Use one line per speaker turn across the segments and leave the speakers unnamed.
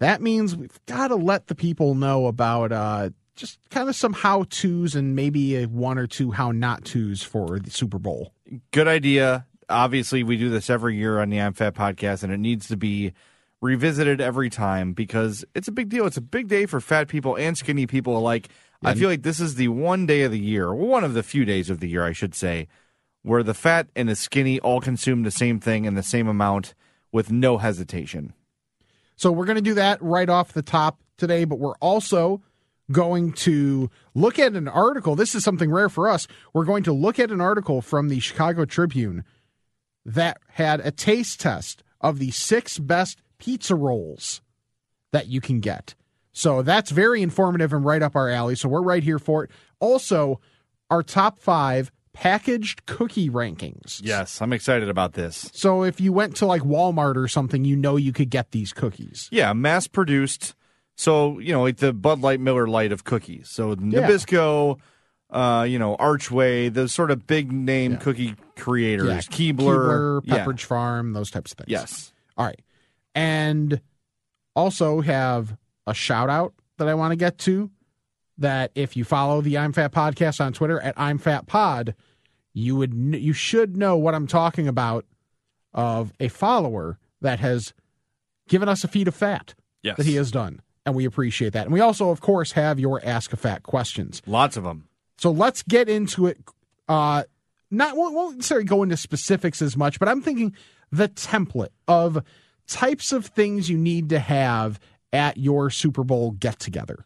that means we've got to let the people know about uh, just kind of some how to's and maybe a one or two how not to's for the Super Bowl.
good idea. Obviously, we do this every year on the I'm Fat podcast, and it needs to be revisited every time because it's a big deal. It's a big day for fat people and skinny people alike. I feel like this is the one day of the year, one of the few days of the year, I should say, where the fat and the skinny all consume the same thing in the same amount with no hesitation.
So we're going to do that right off the top today, but we're also going to look at an article. This is something rare for us. We're going to look at an article from the Chicago Tribune that had a taste test of the six best pizza rolls that you can get. So that's very informative and right up our alley. So we're right here for it. Also, our top five packaged cookie rankings.
Yes, I'm excited about this.
So if you went to like Walmart or something, you know you could get these cookies.
Yeah, mass produced. So, you know, like the Bud Light Miller Light of cookies. So
Yeah.
Nabisco, uh, you know, Archway, those sort of big name cookie creators. Keebler.
Keebler, Pepperidge Farm, those types of things.
Yeah. Yes.
All right. And also have a shout out that I want to get to that if you follow the I'm Fat podcast on Twitter at I'm Fat Pod, you would kn- you should know what I'm talking about of a follower that has given us a feed of fat
Yes.
that he has done. And we appreciate that. And we also, of course, have your Ask a Fat questions.
Lots of them.
So let's get into it. Uh, not won't, won't necessarily go into specifics as much, but I'm thinking the template of types of things you need to have at your Super Bowl get together.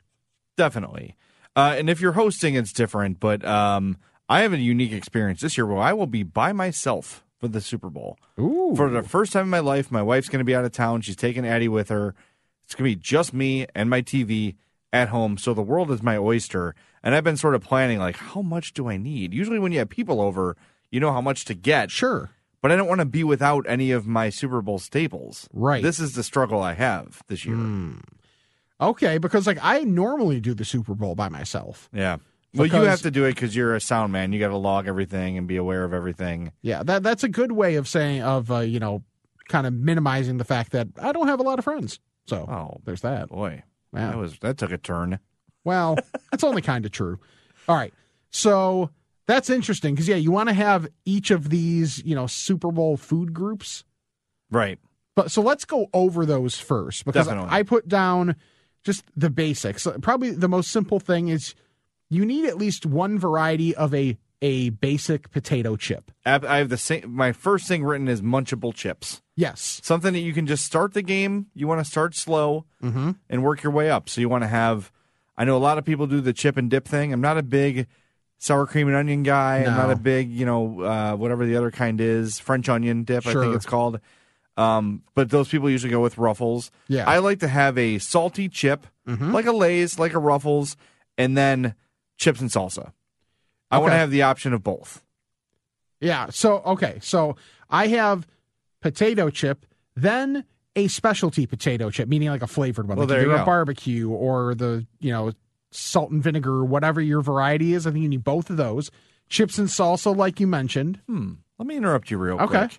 Definitely. Uh, and if you're hosting, it's different. But um, I have a unique experience this year where I will be by myself for the Super Bowl.
Ooh,
for the first time in my life, my wife's going to be out of town. She's taking Addie with her. It's going to be just me and my TV at home. So the world is my oyster. And I've been sort of planning, like, how much do I need? Usually, when you have people over, you know how much to get.
sure,
But I don't want to be without any of my Super Bowl staples.
Right. Hmm.
This is the struggle I have this year.
okay, because like I normally do the Super Bowl by myself.
Yeah. Well, you
Because-
have to do it because you're a sound man. You got to log everything and be aware of everything.
Yeah, that that's a good way of saying of uh, you know kind of minimizing the fact that I don't have a lot of friends. So
Oh.
there's that.
Boy,
Wow.
that was that took a turn.
Well, that's only kind of true. All right. So that's interesting because, yeah, you want to have each of these, you know, Super Bowl food groups.
Right.
But so let's go over those first because
Definitely.
I put down just the basics. Probably the most simple thing is you need at least one variety of a, a basic potato chip.
Ab- I have the same. My first thing written is munchable chips.
Yes.
something that you can just start the game. You want to start slow and work your way up. So you want to have. I know a lot of people do the chip and dip thing. I'm not a big sour cream and onion guy. I'm not
No.
a big you know uh, whatever the other kind is French onion dip. I
Sure.
think it's called. Um, but those people usually go with Ruffles.
Yeah. Mm-hmm.
I like to have a salty chip, like a Lay's, like a Ruffles, and then chips and salsa. I want to
Okay.
have the option of both.
Yeah. So, okay. So I have potato chip, then a specialty potato chip, meaning like a flavored one,
Well,
like
there
either
you
a
go.
barbecue or the, you know, salt and vinegar, or whatever your variety is. I think you need both of those. Chips and salsa, like you mentioned.
Hmm. Let me interrupt you real
Okay.
quick.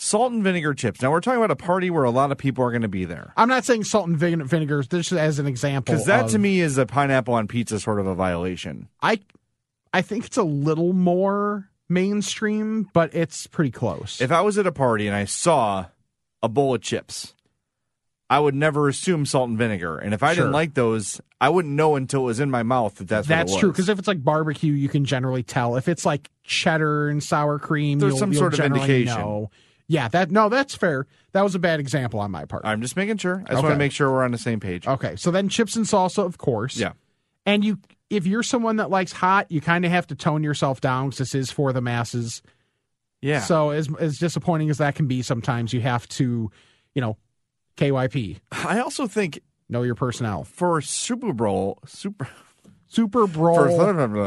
salt and vinegar chips. Now we're talking about a party where a lot of people are going to be there.
I'm not saying salt and vin- vinegar just as an example.
Because that
of-
to me is a pineapple on pizza sort of a violation.
I I think it's a little more mainstream, but it's pretty close.
If I was at a party and I saw a bowl of chips, I would never assume salt and vinegar. And if I
Sure.
didn't like those, I wouldn't know until it was in my mouth that that's
that's
what it
true,
was.
because if it's like barbecue, you can generally tell. If it's like cheddar and sour cream,
There's
you'll,
some
you'll
sort of
generally
indication.
know. Yeah, that no, that's fair. That was a bad example on my part.
I'm just making sure. I just want
Okay. Uh,
to make sure we're on the same page.
Okay, so then chips and salsa, of course.
Yeah.
and you if you're someone that likes hot, you kind of have to tone yourself down because this is for the masses.
Yeah.
So as as disappointing as that can be, sometimes you have to, you know, KYP,
I also think
know your personnel.
for Super Bowl, Super
Super Bowl.
for,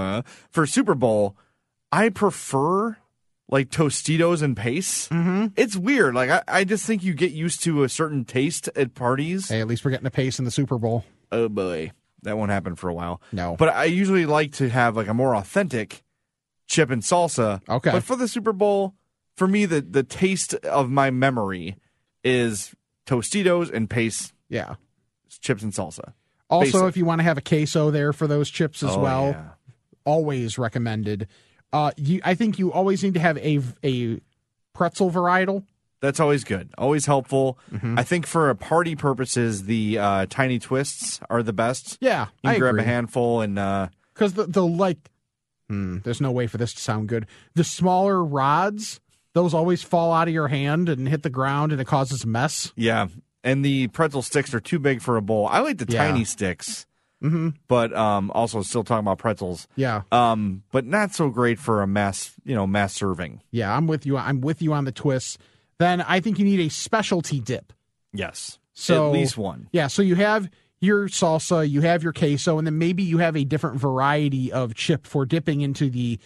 for Super Bowl, I prefer like Tostitos and Pace. Mm-hmm. It's weird. Like I, I just think you get used to a certain taste at parties.
Hey, at least we're getting a pace in the Super Bowl.
Oh boy, that won't happen for a while.
No.
but I usually like to have like a more authentic chip and salsa.
Oh, Okay.
but for the Super Bowl, for me the the taste of my memory is Tostitos and Pace
Yeah.
chips and salsa
Also,
Basic.
if you want to have a queso there for those chips as
Oh,
well,
yeah.
always recommended. Uh, you, I think you always need to have a a pretzel varietal.
That's always good, always helpful.
Mm-hmm.
I think for a party purposes, the uh, tiny twists are the best.
Yeah,
You
I
can grab
agree.
a handful and uh,
because the the like hmm, there's no way for this to sound good the smaller rods those always fall out of your hand and hit the ground and it causes a mess
yeah, and the pretzel sticks are too big for a bowl. I like the
Yeah.
tiny sticks, mm-hmm. but um, also still talking about pretzels.
yeah
Um, but not so great for a mass, you know, mass serving.
yeah i'm with you i'm with you on the twists then i think you need a specialty dip
Yes,
So-
at least one.
yeah so you have your salsa you have your queso and then maybe you have a different variety of chip for dipping into the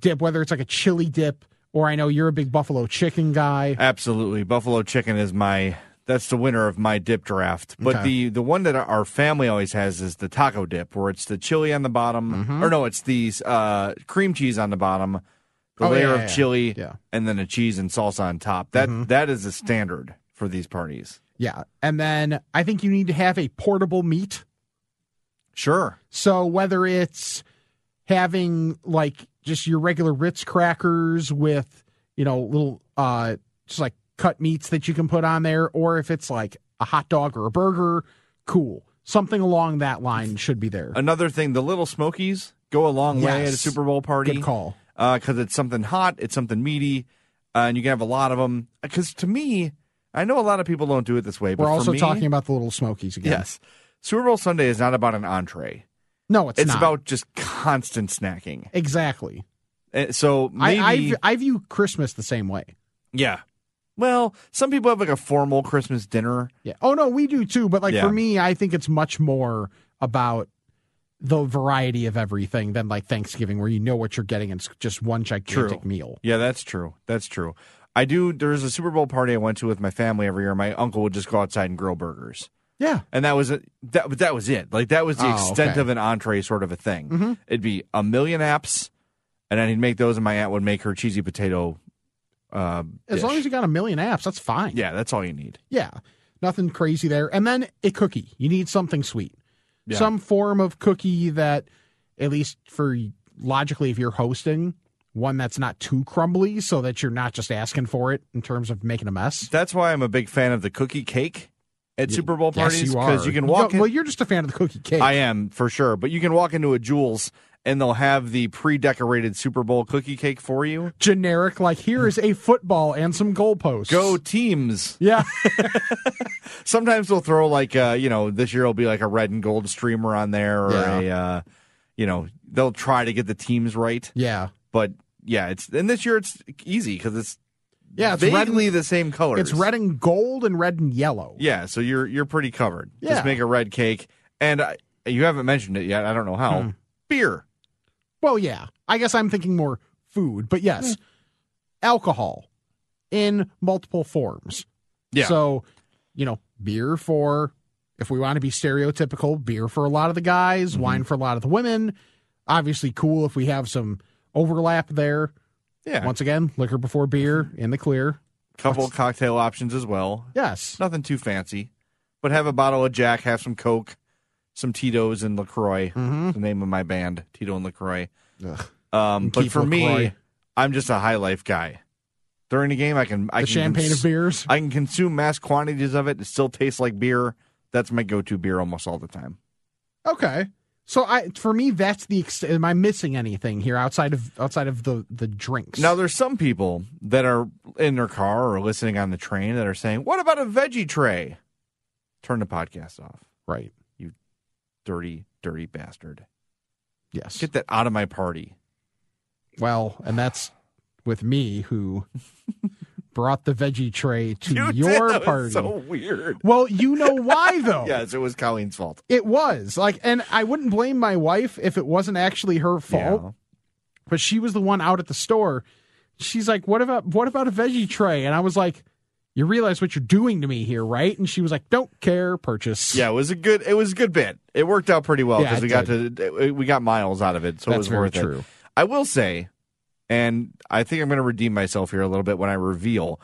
dip whether it's like a chili dip or i know you're a big buffalo chicken guy
Absolutely. Buffalo chicken is my that's the winner of my dip draft. But
Okay.
the the one that our family always has is the taco dip where it's the chili on the bottom
Mm-hmm.
or no, it's the uh cream cheese on the bottom, the
Oh,
layer
yeah,
of
yeah,
chili
yeah. Mm-hmm.
and then a cheese and salsa on top. That that is the standard for these parties.
yeah and then i think you need to have a portable meat
Sure.
So whether it's having like just your regular Ritz crackers with, you know, little uh just like cut meats that you can put on there, or if it's like a hot dog or a burger, cool. Something along that line should be there.
Another thing, the little smokies go a long way at a
Yes.
Super Bowl party.
Good call.
because it's something hot, it's something meaty, uh, and you can have a lot of them. Because to me, I know a lot of people don't do it this way. But
We're
for
also
me,
talking about the little smokies again.
Yes. Super Bowl Sunday is not about an entree.
No, it's,
It's,
not.
about just constant snacking.
exactly.
And so maybe
I, I I view Christmas the same way.
yeah. Well, some people have like a formal Christmas dinner.
Yeah. Oh no, we do too. But like
Yeah.
for me, I think it's much more about the variety of everything than like Thanksgiving, where you know what you're getting and it's just one gigantic
True.
meal.
Yeah, that's true. That's true. I do. There's a Super Bowl party I went to with my family every year. My uncle would just go outside and grill burgers.
Yeah.
and that was it. That but that was it. Like that was the
Oh,
extent
okay. Mm-hmm.
of an entree sort of a thing. It'd be a million apps, and then he'd make those, and my aunt would make her cheesy potato. Uh,
As long as you got a million apps, that's fine.
yeah, that's all you need.
Yeah. Nothing crazy there. And then a cookie. You need something sweet.
Yeah.
Some form of cookie that, at least for logically, if you're hosting, one that's not too crumbly so that you're not just asking for it in terms of making a mess.
That's why I'm a big fan of the cookie cake at Super Bowl parties
yes, you are.
because you, can walk.
Well,
in,
well, you're just a fan of the cookie cake.
I am for sure, but you can walk into a Jules and they'll have the pre-decorated Super Bowl cookie cake for you.
generic like here is a football and some goalposts.
Go teams!
Yeah.
sometimes they'll throw like uh you know this year will be like a red and gold streamer on there or
Yeah.
a uh you know they'll try to get the teams right
Yeah.
but yeah it's and this year it's easy because it's
Yeah, it's red
vaguely
and,
the same color
it's red and gold and red and yellow.
yeah so you're you're pretty covered
Yeah.
just make a red cake and I, you haven't mentioned it yet i don't know how
Hmm.
beer
Well, yeah. I guess I'm thinking more food, but yes.
Hmm.
Alcohol in multiple forms.
yeah
So, you know, beer for if we want to be stereotypical, beer for a lot of the guys,
Mm-hmm.
wine for a lot of the women. Obviously cool if we have some overlap there.
yeah Mm-hmm.
Once again, liquor before beer in the clear.
couple cocktail options as well.
Yes.
Nothing too fancy, but have a bottle of Jack, have some Coke, some Tito's and Lacroix.
Mhm.
The name of my band, Tito and Lacroix.
Ugh.
Um,
And
but
keep
for me,
LaCroix.
I'm just a high life guy. During the game, I can I
The
can
champagne of
cons-
beers.
I can consume mass quantities of it. It still tastes like beer. That's my go-to beer almost all the time.
Okay. So I for me that's the extent. Am I missing anything here outside of outside of the the drinks?
Now, there's some people that are in their car or listening on the train that are saying, "What about a veggie tray?" Turn the podcast off,
right.
dirty, dirty bastard.
Yes.
Get that out of my party.
well, and that's with me who brought the veggie tray to
You did.
your
That was
party.
so weird.
Well, you know why though.
Yes, it was Colleen's fault.
It was like, and I wouldn't blame my wife if it wasn't actually her fault,
Yeah.
but she was the one out at the store. She's like, "What about what about a veggie tray?" And I was like, "You realize what you're doing to me here, right?" And she was like, "Don't care, purchase."
Yeah, it was a good. It was a good bit. It worked out pretty well
Yeah,
because
it
we got to we got miles out of it, so
that's
it was
very
worth it.
true.
I will say, and I think I'm going to redeem myself here a little bit when I reveal.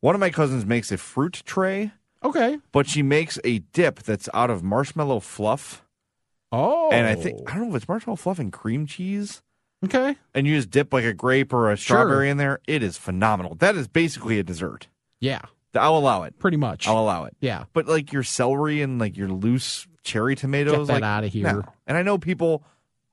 One of my cousins makes a fruit tray,
Okay.
but she makes a dip that's out of marshmallow fluff,
Oh,
and I think I don't know if it's marshmallow fluff and cream cheese.
okay,
And you just dip like a grape or a
Sure.
strawberry in there. It is phenomenal. That is basically a dessert.
yeah,
I'll allow it.
pretty much.
I'll allow it.
yeah,
But like your celery and like your loose cherry
get
tomatoes,
that
like
out of here.
No. And I know people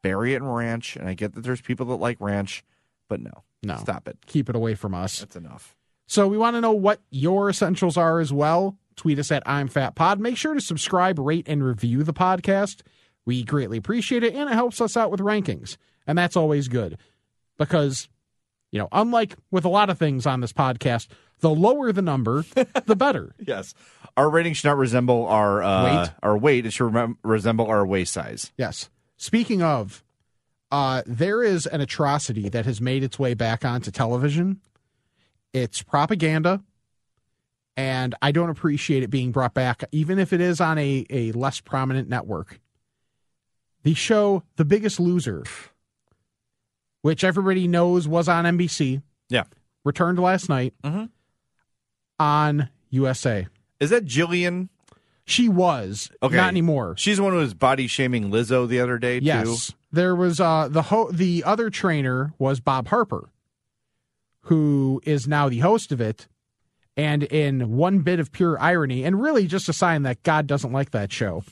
bury it in ranch, and I get that there's people that like ranch, but no,
No,
stop it.
keep it away from us.
That's enough.
So we want to know what your essentials are as well. Tweet us at I'm Fat Pod. Make sure to subscribe, rate, and review the podcast. We greatly appreciate it, and it helps us out with rankings, and that's always good because. You know, unlike with a lot of things on this podcast, the lower the number, the better.
Yes, our rating should not resemble our uh,
Weight?
Our weight it should remem- resemble our waist size.
Yes. Speaking of, uh, there is an atrocity that has made its way back onto television. It's propaganda, and I don't appreciate it being brought back, even if it is on a, a less prominent network. The show The Biggest Loser, which everybody knows was on NBC.
Yeah.
Returned last night
Mhm.
on USA.
Is that Jillian?
She was.
Okay.
Not anymore.
She's the one who was body shaming Lizzo the other day.
Yes, there was uh, the ho- the other trainer was Bob Harper, who is now the host of it. And in one bit of pure irony, and really just a sign that God doesn't like that show,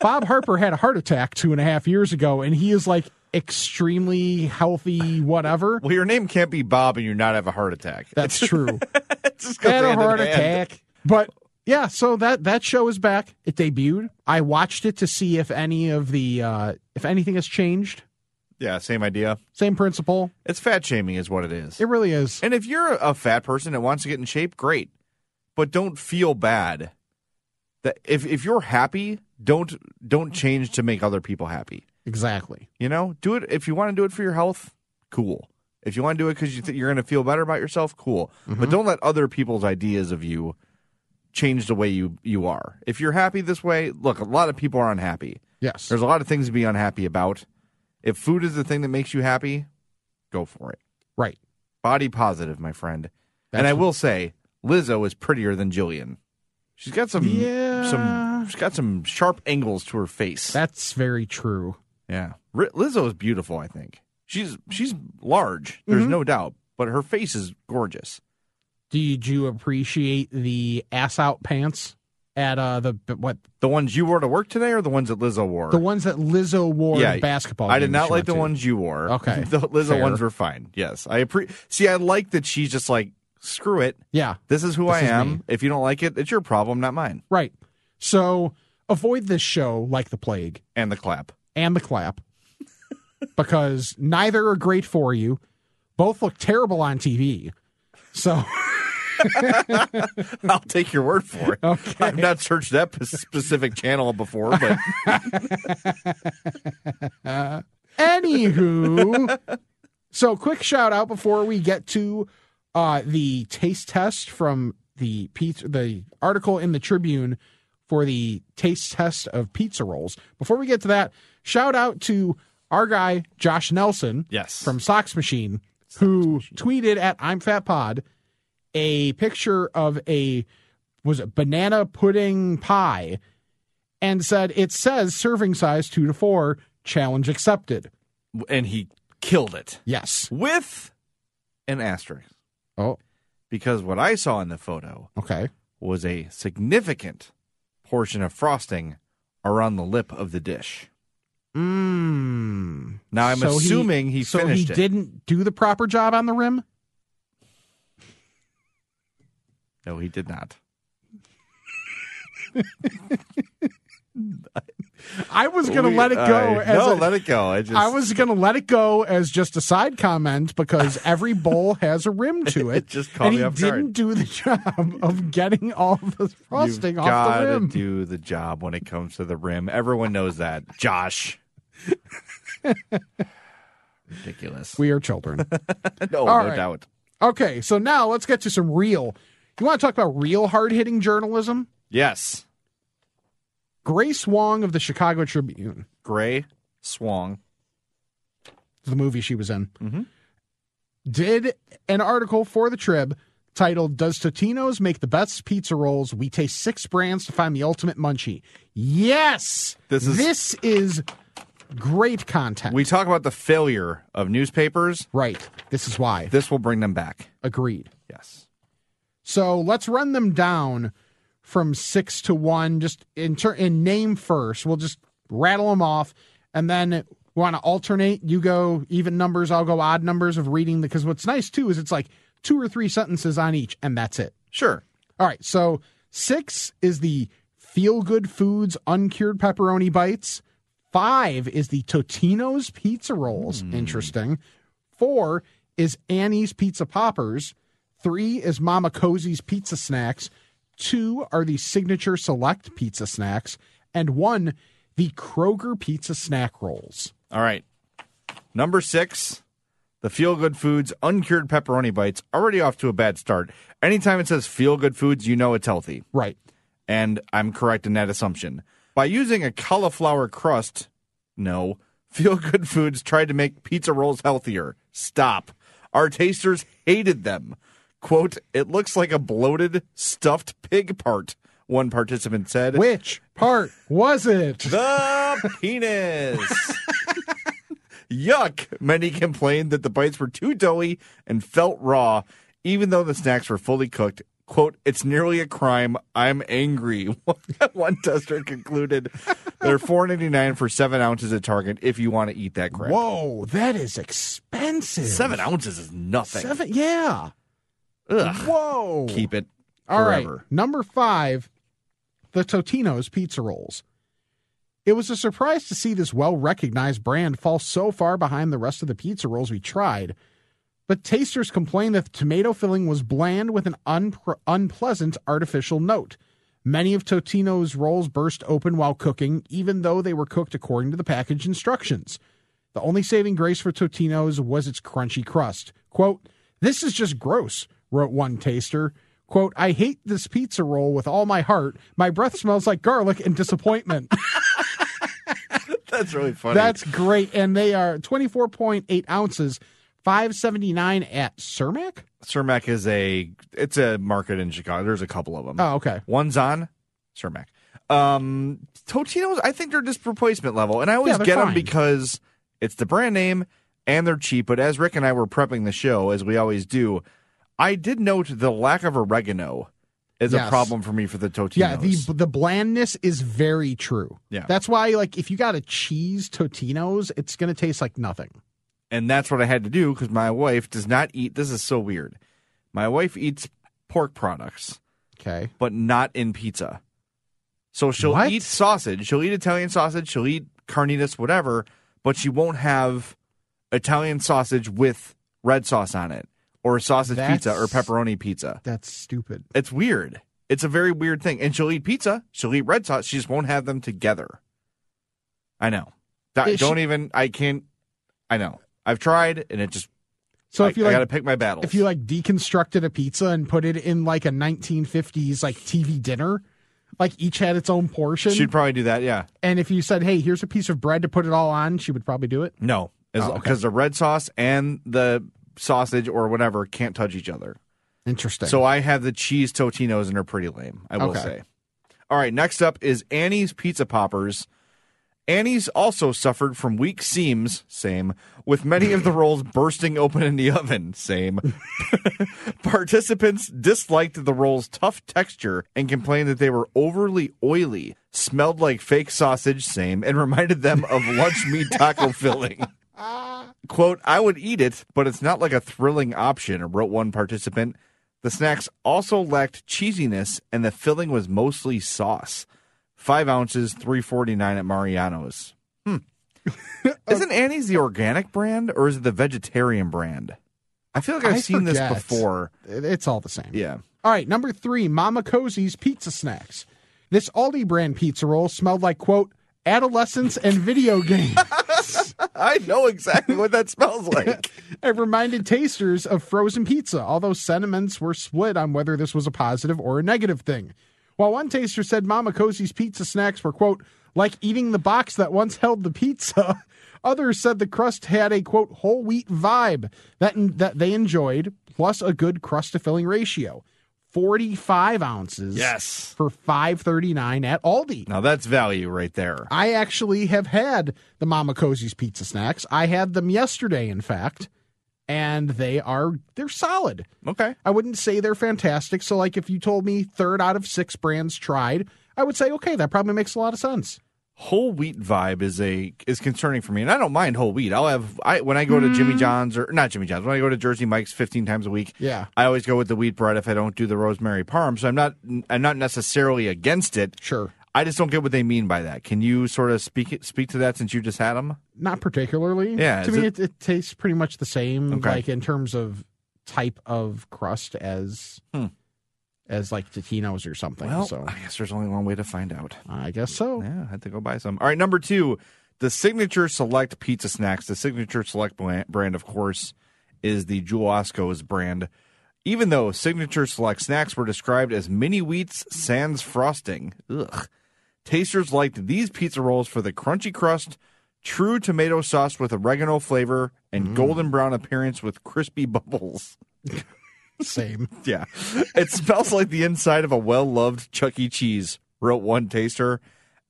Bob Harper had a heart attack two and a half years ago, and he is like extremely healthy, whatever.
Well, your name can't be Bob, and you not have a heart attack.
That's true.
It's just goes
had a
hand in
heart
hand.
attack. But yeah, so that that show is back. It debuted. I watched it to see if any of the uh, if anything has changed.
Yeah, same idea.
Same principle.
It's fat shaming, is what it is.
It really is.
And if you're a fat person that wants to get in shape, great. But don't feel bad. That if if you're happy, don't don't change to make other people happy.
Exactly.
You know, do it if you want to do it for your health. Cool. If you want to do it because you think you're going to feel better about yourself, cool.
Mm-hmm.
But don't let other people's ideas of you change the way you you are. If you're happy this way, look, a lot of people are unhappy.
Yes.
There's a lot of things to be unhappy about. If food is the thing that makes you happy, go for it.
right.
Body positive, my friend. and
That's-
I will say, Lizzo is prettier than Jillian. She's got some
Yeah.
some she's got some sharp angles to her face.
That's very true.
yeah. R- Lizzo is beautiful, I think. She's she's large, there's
Mm-hmm.
no doubt, but her face is gorgeous.
Did you appreciate the ass out pants at uh the what
The ones you wore to work today are the ones that Lizzo wore?
the ones that Lizzo wore
Yeah,
in basketball?
I did
games
not
she
like
went
the
to?
ones you wore.
Okay.
the Lizzo
Fair.
ones were fine. Yes. I appre- See, I like that she's just like, screw it.
Yeah.
This is who
This
I
is
am.
me.
If you don't like it, it's your problem, not mine.
Right. So avoid this show like the plague
And the clap.
and the clap, because neither are great for you. Both look terrible on TV. So
I'll take your word for it.
Okay.
I've not searched that p- specific channel before, but
Anywho, so quick shout out before we get to uh, the taste test from the pizza, the article in the Tribune for the taste test of pizza rolls. Before we get to that, shout out to our guy Josh Nelson
yes,
from Socks Machine who tweeted at I'm Fat Pod a picture of a was it banana pudding pie and said it says serving size 2 to 4 challenge accepted
and he killed it
yes
with an asterisk
oh
because what I saw in the photo
okay
was a significant portion of frosting around the lip of the dish.
mm.
Now I'm
So he-
assuming he,
so
finished
he
it.
didn't do the proper job on the rim
No, he did not.
i was going to
We-
let it go
I-
as
no,
a-
let it go. I just
I was going to let it go as just a side comment because every bowl has a rim to it.
It just caught
and
me
he
off guard.
didn't do the job of getting all the frosting
You've
off
gotta
the rim.
do the job when it comes to the rim. Everyone knows that. Josh. Ridiculous.
we are children.
no,
all
no
right.
doubt.
okay, so now let's get to some real. You want to talk about real hard hitting journalism?
Yes.
Grace Wong of the Chicago Tribune,
Gray Swong.
the movie she was in,
Mhm.
did an article for the Trib titled "Does Totino's make the best pizza rolls? We taste six brands to find the ultimate munchie." Yes.
This is
this is great content.
we talk about the failure of newspapers.
right. This is why.
This will bring them back.
Agreed.
Yes.
So let's run them down from six to one, just in, ter- in name first. We'll just rattle them off and then we want to alternate. You go even numbers, I'll go odd numbers of reading because what's nice too is it's like two or three sentences on each and that's it.
Sure.
All right. So six is the feel good foods, uncured pepperoni bites. Five is the Totino's pizza rolls.
Hmm.
Interesting. Four is Annie's pizza poppers. Three is Mama Cozy's pizza snacks. Two are the signature select pizza snacks. And one, the Kroger pizza snack rolls.
All right. Number six, the Feel Good Foods Uncured Pepperoni Bites. Already off to a bad start. Anytime it says Feel Good Foods, you know it's healthy.
Right.
And I'm correct in that assumption. By using a cauliflower crust, no, Feel Good Foods tried to make pizza rolls healthier. Stop. Our tasters hated them. Quote, it looks like a bloated, stuffed pig part, one participant said.
Which part was it?
The penis. Yuck. Many complained that the bites were too doughy and felt raw, even though the snacks were fully cooked. Quote, it's nearly a crime. I'm angry. One tester concluded they're four ninety nine for seven ounces at Target if you want to eat that crap.
Whoa, that is expensive.
Seven ounces is nothing.
Seven, yeah.
Ugh.
Whoa.
Keep it
All right.
forever.
Number five, the Totino's pizza rolls. It was a surprise to see this well recognized brand fall so far behind the rest of the pizza rolls we tried. But tasters complained that the tomato filling was bland with an unpre- unpleasant artificial note. Many of Totino's rolls burst open while cooking, even though they were cooked according to the package instructions. The only saving grace for Totino's was its crunchy crust. Quote, This is just gross, wrote one taster. Quote, I hate this pizza roll with all my heart. My breath smells like garlic and disappointment.
That's really funny.
That's great. And they are 24.8 ounces, 579 at Cermak?
Cermak is a it's a market in Chicago. There's a couple of them.
Oh, okay.
One's on Cermak. Um, Totino's, I think they're just replacement level, and I always
Yeah, they're
get them
fine.
because it's the brand name and they're cheap. But as Rick and I were prepping the show, as we always do, I did note the lack of oregano is a
Yes.
problem for me for the Totino's.
Yeah, the the blandness is very true.
Yeah.
That's why like if you got a cheese Totino's, it's going to taste like nothing.
and that's what I had to do because my wife does not eat. This is so weird. My wife eats pork products.
Okay.
but not in pizza. So she'll
What?
eat sausage, she'll eat Italian sausage, she'll eat carnitas, whatever, but she won't have Italian sausage with red sauce on it or sausage pizza or
That's-
pepperoni pizza.
That's stupid.
It's weird. It's a very weird thing. And she'll eat pizza, she'll eat red sauce, she just won't have them together. I know. That,
Is she-
don't even, I can't, I know. I've tried and it just,
So
I,
if you
I
like
gotta pick my battles.
if you like deconstructed a pizza and put it in like a 1950s like TV dinner, like each had its own portion.
She'd probably do that, yeah.
and if you said, "Hey, here's a piece of bread to put it all on," she would probably do it.
No, because
Oh, okay.
the red sauce and the sausage or whatever can't touch each other.
Interesting.
So I have the cheese Totinos and they're pretty lame, I will
Okay.
say. All right, next up is Annie's Pizza Poppers. Annie's also suffered from weak seams, same, with many of the rolls bursting open in the oven, same. Participants disliked the roll's tough texture and complained that they were overly oily, smelled like fake sausage, same, and reminded them of lunch meat taco filling quote i would eat it but it's not like a thrilling option wrote one participant the snacks also lacked cheesiness and the filling was mostly sauce five ounces 349 at mariano's hmm. isn't annie's the organic brand or is it the vegetarian brand i feel like i've
I
seen this
forget.
before
It- It's all the same.
yeah
All right, number three, Mama Cozy's Pizza Snacks. This Aldi brand pizza roll smelled like, quote, adolescence and video games.
i know exactly what that smells like
It reminded tasters of frozen pizza, although sentiments were split on whether this was a positive or a negative thing. While one taster said Mama Cozy's pizza snacks were, quote, like eating the box that once held the pizza, others said the crust had a, quote, whole wheat vibe that, that they enjoyed, plus a good crust to filling ratio. 45 ounces
yes
for 539 at Aldi.
now that's value right there
I actually have had the Mama Cozy's pizza snacks. I had them yesterday, in fact, and they are they're solid.
okay
I wouldn't say they're fantastic. So, like, if you told me third out of six brands tried, I would say okay, that probably makes a lot of sense.
whole wheat vibe is a is concerning for me, and I don't mind whole wheat. I'll have I when I go to Jimmy John's or not Jimmy John's when I go to Jersey Mike's fifteen times a week.
Yeah.
I always go with the wheat bread if I don't do the rosemary parm. So I'm not I'm not necessarily against it.
Sure,
I just don't get what they mean by that. Can you sort of speak speak to that since you just had them?
not particularly.
Yeah,
to
is
me, it, it tastes pretty much the same,
Okay.
like in terms of type of crust as
Hmm.
as like Totino's or something.
Well,
so
I guess there's only one way to find out.
I guess so.
Yeah, I had to go buy some. All right, number two, the signature select pizza snacks. The signature select blan- brand, of course, is the Jewel Osco's brand. Even though signature select snacks were described as mini wheats sans frosting, ugh, tasters liked these pizza rolls for the crunchy crust, true tomato sauce with oregano flavor, and golden brown appearance with crispy bubbles.
Same.
Yeah. It smells like the inside of a well loved Chuck E. Cheese, wrote one taster.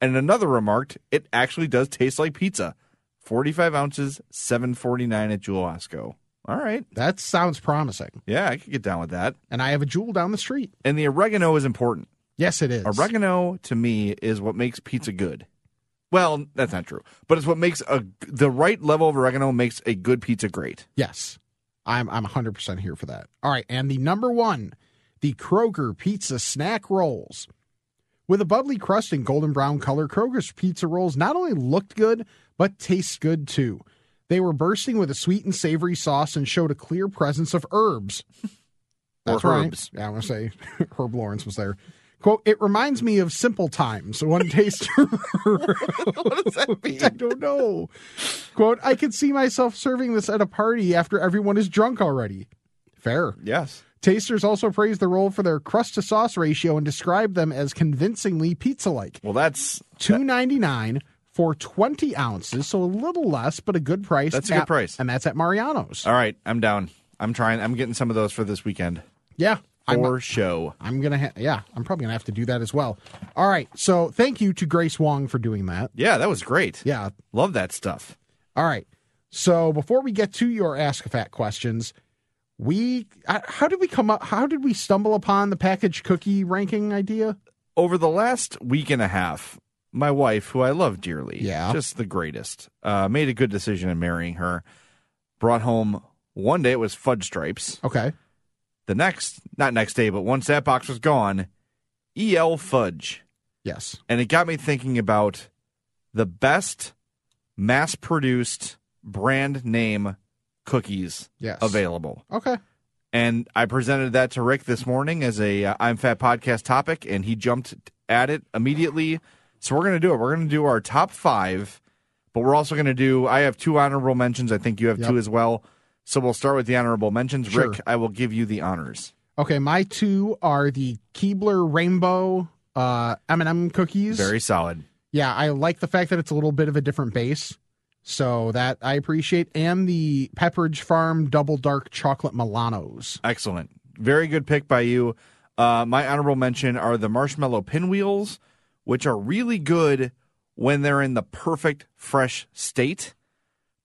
And another remarked, it actually does taste like pizza. 45 ounces, 749 at Jewel Osco. All right.
That sounds promising.
Yeah, I could get down with that.
and I have a jewel down the street.
And the oregano is important.
Yes, it is.
Oregano to me is what makes pizza good. Well, that's not true, but it's what makes a the right level of oregano makes a good pizza great.
yes, I'm I'm 100 percent here for that. All right, and the number one, the Kroger pizza snack rolls. With a bubbly crust and golden brown color, Kroger's pizza rolls not only looked good but taste good too. They were bursting with a sweet and savory sauce and showed a clear presence of herbs.
or
right.
herbs.
Yeah, I want to say Herb Lawrence was there. Quote, it reminds me of simple times. One taster. what does that mean? I don't know. Quote, I could see myself serving this at a party after everyone is drunk already. Fair.
Yes.
Tasters also praised the roll for their crust to sauce ratio and described them as convincingly pizza like.
Well, that's
Two ninety nine for twenty ounces, so a little less, but a good price.
That's a good
at-
price.
and that's at Mariano's.
all right. I'm down. I'm trying. I'm getting some of those for this weekend
yeah, I'm-
for show.
I'm gonna, ha- yeah, I'm probably gonna have to do that as well. All right, so thank you to Grace Wong for doing that.
Yeah, that was great.
Yeah.
Love that stuff.
All right. So before we get to your ask a fat questions, we I- how did we come up? How did we stumble upon the package cookie ranking idea?
Over the last week and a half, my wife, who I love dearly,
Yeah.
just the greatest, uh, made a good decision in marrying her. Brought home one day it was fudge stripes.
Okay.
The next, not next day, but once that box was gone, EL fudge.
Yes.
And it got me thinking about the best mass produced brand name cookies
Yes.
available.
Okay.
and I presented that to Rick this morning as a uh, I'm Fat podcast topic, and he jumped at it immediately. So we're gonna do it. We're gonna do our top five, but we're also gonna do. I have two honorable mentions. I think you have
Yep.
two as well. So we'll start with the honorable mentions.
Sure.
Rick, I will give you the honors.
Okay. My two are the Keebler Rainbow uh, M&M cookies.
Very solid.
yeah, I like the fact that it's a little bit of a different base. So that I appreciate. And the Pepperidge Farm Double Dark Chocolate Milanos.
Excellent. very good pick by you. Uh, my honorable mention are the marshmallow pinwheels, which are really good when they're in the perfect fresh state.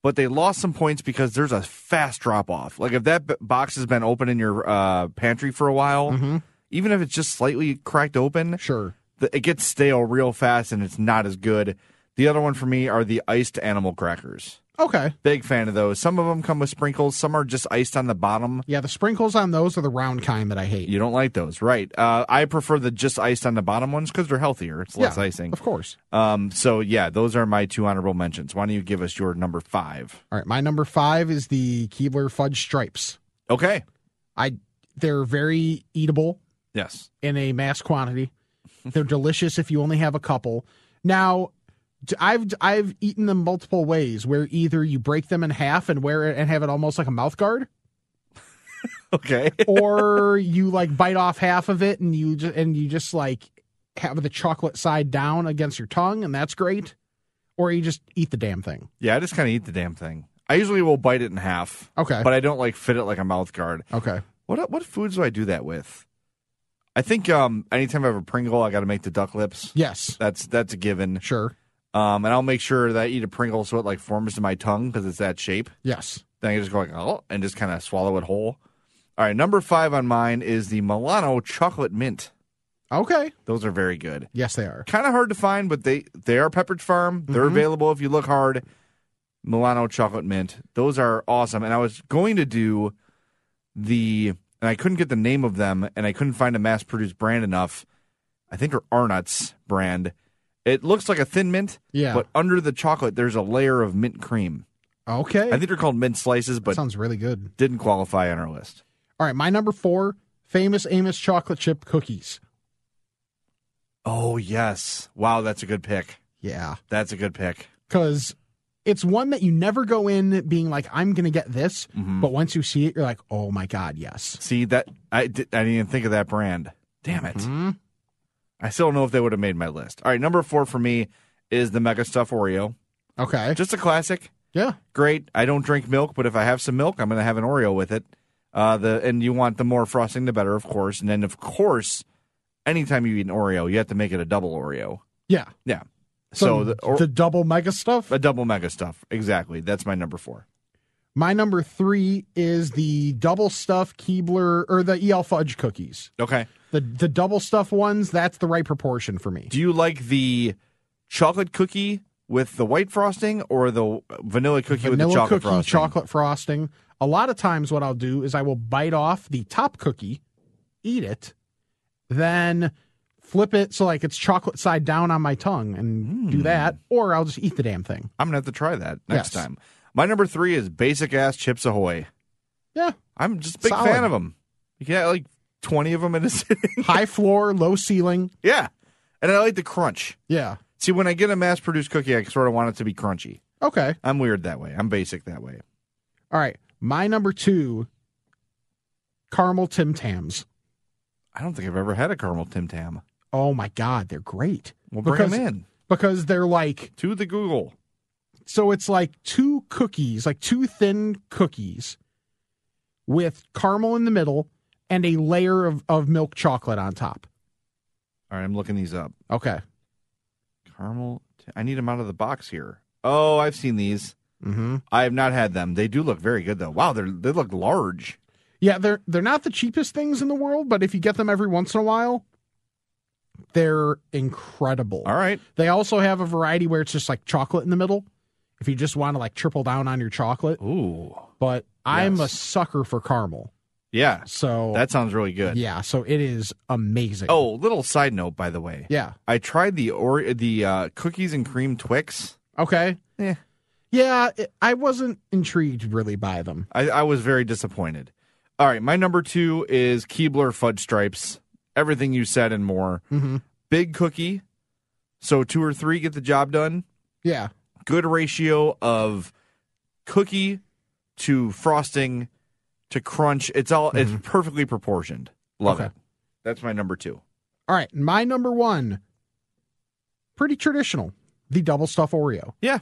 But they lost some points because there's a fast drop off. Like if that b- box has been open in your uh, pantry for a while, even if it's just slightly cracked open,
Sure.
th- it gets stale real fast and it's not as good. The other one for me are the iced animal crackers.
Okay.
Big fan of those. Some of them come with sprinkles, some are just iced on the bottom.
Yeah, the sprinkles on those are the round kind that I hate.
You don't like those, right? Uh, I prefer the just iced on the bottom ones because they're healthier. It's less
yeah,
icing.
Of course.
Um, so yeah, those are my two honorable mentions. Why don't you give us your number five?
All right, my number five is the Keebler fudge stripes.
Okay.
I they're very eatable
Yes.
in a mass quantity. They're delicious if you only have a couple. Now, d- I've I've eaten them multiple ways where either you break them in half and wear it and have it almost like a mouth guard,
Okay.
or you like bite off half of it and you just, and you just like have the chocolate side down against your tongue and that's great, or you just eat the damn thing.
yeah, I just kind of eat the damn thing. I usually will bite it in half,
Okay.
but I don't like fit it like a mouth guard.
okay.
What what foods do I do that with? I think um anytime I have a Pringle, I got to make the duck lips.
Yes.
That's that's a given.
Sure.
Um, and I'll make sure that I eat a Pringle so it like forms to my tongue because it's that shape.
Yes.
Then I just go like oh, and just kind of swallow it whole. All right, number five on mine is the Milano chocolate mint.
Okay.
Those are very good.
Yes, they are.
Kind of hard to find, but they they are Pepperidge Farm. They're available if you look hard. Milano chocolate mint. Those are awesome. And I was going to do the and I couldn't get the name of them, and I couldn't find a mass produced brand enough. I think are Arnott's brand. It looks like a thin mint,
Yeah.
but under the chocolate there's a layer of mint cream.
Okay.
I think they're called mint slices, but
sounds really good.
didn't qualify on our list.
All right, my number four, famous Amos chocolate chip cookies.
Oh yes. Wow, that's a good pick.
Yeah.
That's a good pick.
Because it's one that you never go in being like, I'm going to get this.
Mm-hmm.
But once you see it, you're like, oh my God, yes.
See that I, di- I didn't even think of that brand. Damn it!
Mhm.
I still don't know if they would have made my list. All right, number four for me is the Mega Stuff Oreo.
Okay.
Just a classic.
Yeah.
Great. I don't drink milk, but if I have some milk, I'm going to have an Oreo with it. Uh, the and you want the more frosting, the better, of course. And then of course, anytime you eat an Oreo, you have to make it a double Oreo.
Yeah.
Yeah. So
So,
the,
the,
or,
double mega stuff.
a double Mega Stuff. Exactly. That's my number four.
My number three is the double stuff Keebler or the EL fudge cookies.
Okay.
The the double stuff ones, that's the right proportion for me.
Do you like the chocolate cookie with the white frosting or the vanilla cookie with the
Vanilla
chocolate
cookie,
frosting?
chocolate frosting. A lot of times, what I'll do is I will bite off the top cookie, eat it, then flip it so like it's chocolate side down on my tongue and
Hmm.
do that, or I'll just eat the damn thing.
I'm gonna have to try that next
Yes.
time. My number three is basic ass Chips Ahoy.
Yeah,
I'm just a big
Solid.
fan of them. You can have like 20 of them in a sitting.
high floor, low ceiling.
yeah, and I like the crunch.
Yeah.
See, when I get a mass produced cookie, I sort of want it to be crunchy.
Okay.
I'm weird that way. I'm basic that way.
All right. My number two, caramel Tim Tams.
I don't think I've ever had a caramel Tim Tam.
Oh my god, they're great
Well, bring 'em
Because-
in
because they're like
to the Google.
so it's like two cookies, like two thin cookies with caramel in the middle and a layer of, of milk chocolate on top.
All right, I'm looking these up.
Okay.
Caramel. Tim- I need them out of the box here. Oh, I've seen these.
Mm-hmm.
I have not had them. They do look very good though. Wow, they are they look large.
Yeah, they're they're not the cheapest things in the world, but if you get them every once in a while, they're incredible.
All right.
They also have a variety where it's just like chocolate in the middle. If you just want to like triple down on your chocolate,
Ooh.
but I'm a
Yes.
sucker for caramel.
Yeah,
So
that sounds really good.
yeah, so it is amazing.
Oh, little side note, by the way.
yeah.
I tried the or the uh, cookies and cream Twix.
Okay.
Yeah.
Yeah, it, I wasn't intrigued really by them.
I, I was very disappointed. All right, my number two is Keebler fudge stripes. Everything you said and more.
Mm-hmm.
Big cookie, so two or three get the job done.
Yeah.
Good ratio of cookie to frosting to crunch. It's all it's perfectly proportioned. Love
Mm-hmm. Okay.
it. That's my number two.
All right. My number one, pretty traditional, the double stuff Oreo.
Yeah,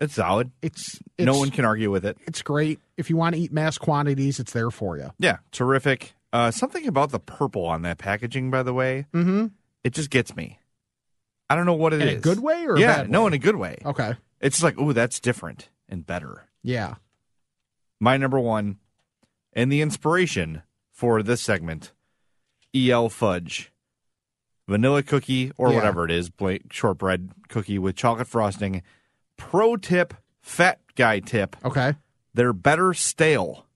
it's solid.
It's, it's
no one can argue with it.
It's great if you want to eat mass quantities. It's there for you.
Yeah, terrific. Uh, something about the purple on that packaging, by the way,
Mm-hmm.
it just gets me. I don't know what it
In
is.
a good way or a
yeah,
bad
no,
way?
in a good way.
Okay.
It's just like, oh, that's different and better.
Yeah.
My number one, and the inspiration for this segment, EL fudge, vanilla cookie or
Yeah.
whatever it is, blank shortbread cookie with chocolate frosting. Pro tip, fat guy tip:
Okay.
they're better stale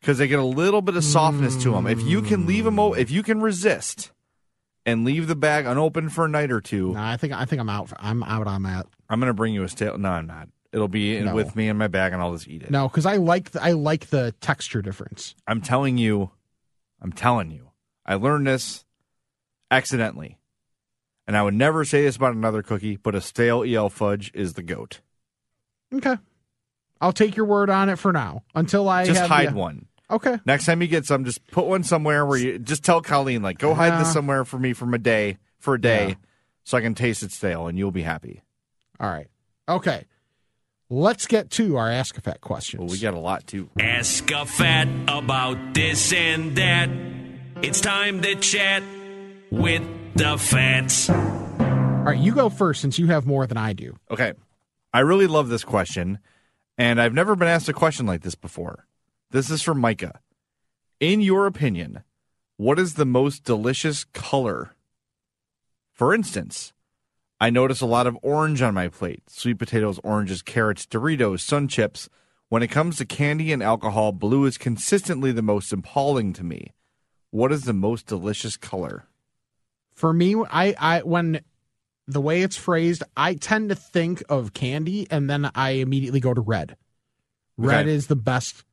because they get a little bit of softness to 'em. to them. If you can leave them, o- if you can resist and leave the bag unopened for a night or two,
No, I think I think I'm out. I'm out on that.
I'm gonna bring you a stale. No, I'm not. It'll be in
No.
with me in my bag, and I'll just eat it.
No, because I like the, I like the texture difference.
I'm telling you, I'm telling you, I learned this accidentally. And I would never say this about another cookie, but a stale EL fudge is the goat.
Okay. I'll take your word on it for now until I
just
have
hide
the-
one.
Okay.
Next time you get some, just put one somewhere where you just tell Colleen, like, go hide
Yeah.
this somewhere for me from a day for a day
Yeah.
so I can taste it stale and you'll be happy.
All right. Okay. Let's get to our Ask a Fat questions.
Well, we got a lot too.
Ask a fat about this and that. It's time to chat with the fats.
All right, you go first since you have more than I do.
Okay. I really love this question, and I've never been asked a question like this before. This is from Micah. In your opinion, what is the most delicious color? For instance, I notice a lot of orange on my plate sweet potatoes, oranges, carrots, Doritos, sun chips. When it comes to candy and alcohol, blue is consistently the most appalling to me. What is the most delicious color?
For me, I, I when the way it's phrased, I tend to think of candy and then I immediately go to red. Red
Okay.
is the best,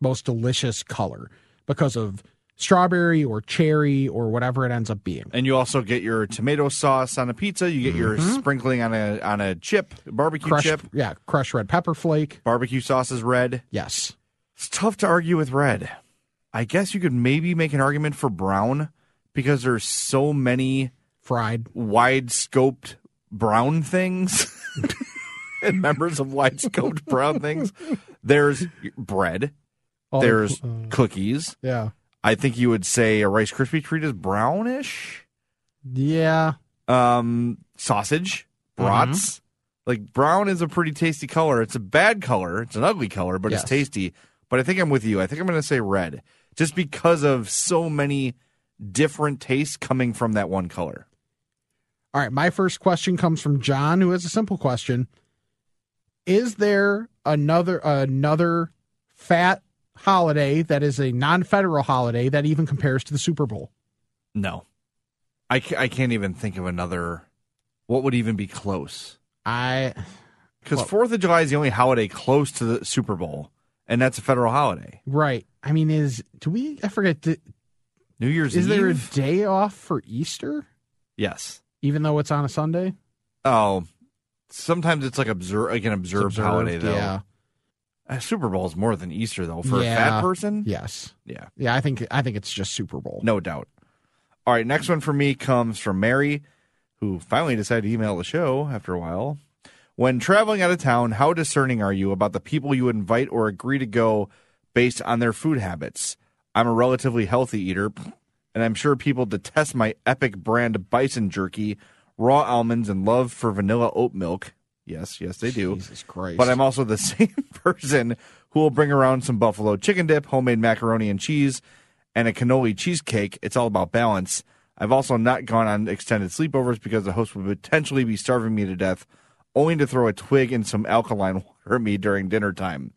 most delicious color because of strawberry or cherry or whatever it ends up being.
and you also get your tomato sauce on a pizza. You get your sprinkling on a on a chip, barbecue
Crushed,
chip.
yeah, crushed red pepper flake.
Barbecue sauce is red.
Yes.
It's tough to argue with red. I guess you could maybe make an argument for brown because there's so many
Fried.
wide scoped brown things and members of wide scoped brown things. There's bread.
Oh,
There's
uh,
cookies.
yeah.
I think you would say a Rice Krispie treat is brownish.
Yeah.
um, sausage, brats.
Mm-hmm.
Like brown is a pretty tasty color. It's a bad color. It's an ugly color, but
Yes.
it's tasty. But I think I'm with you. I think I'm going to say red, just because of so many different tastes coming from that one color.
All right, my first question comes from John, who has a simple question: Is there another another fat holiday that is a non-federal holiday that even compares to the Super Bowl?
No, I ca- I can't even think of another. What would even be close?
I
Because
Well-
Fourth of July is the only holiday close to the Super Bowl, and that's a federal holiday.
right. I mean, is do we? I forget. di-
New Year's
Is
Eve.
there a day off for Easter,
yes.
even though it's on a Sunday?
Oh, sometimes it's like observe like an observed, holiday though.
Yeah.
Uh, Super Bowl is more than Easter, though. For a
Yeah.
fat person,
Yes.
Yeah.
Yeah. I think I think it's just Super Bowl.
no doubt. All right, next one for me comes from Mary, who finally decided to email the show after a while. When traveling out of town, how discerning are you about the people you invite or agree to go based on their food habits? I'm a relatively healthy eater, and I'm sure people detest my epic brand bison jerky, raw almonds, and love for vanilla oat milk. Yes, yes, they do.
Jesus Christ.
But I'm also the same person who will bring around some buffalo chicken dip, homemade macaroni and cheese, and a cannoli cheesecake. It's all about balance. I've also not gone on extended sleepovers because the host would potentially be starving me to death, only to throw a twig and some alkaline water at me during dinner time.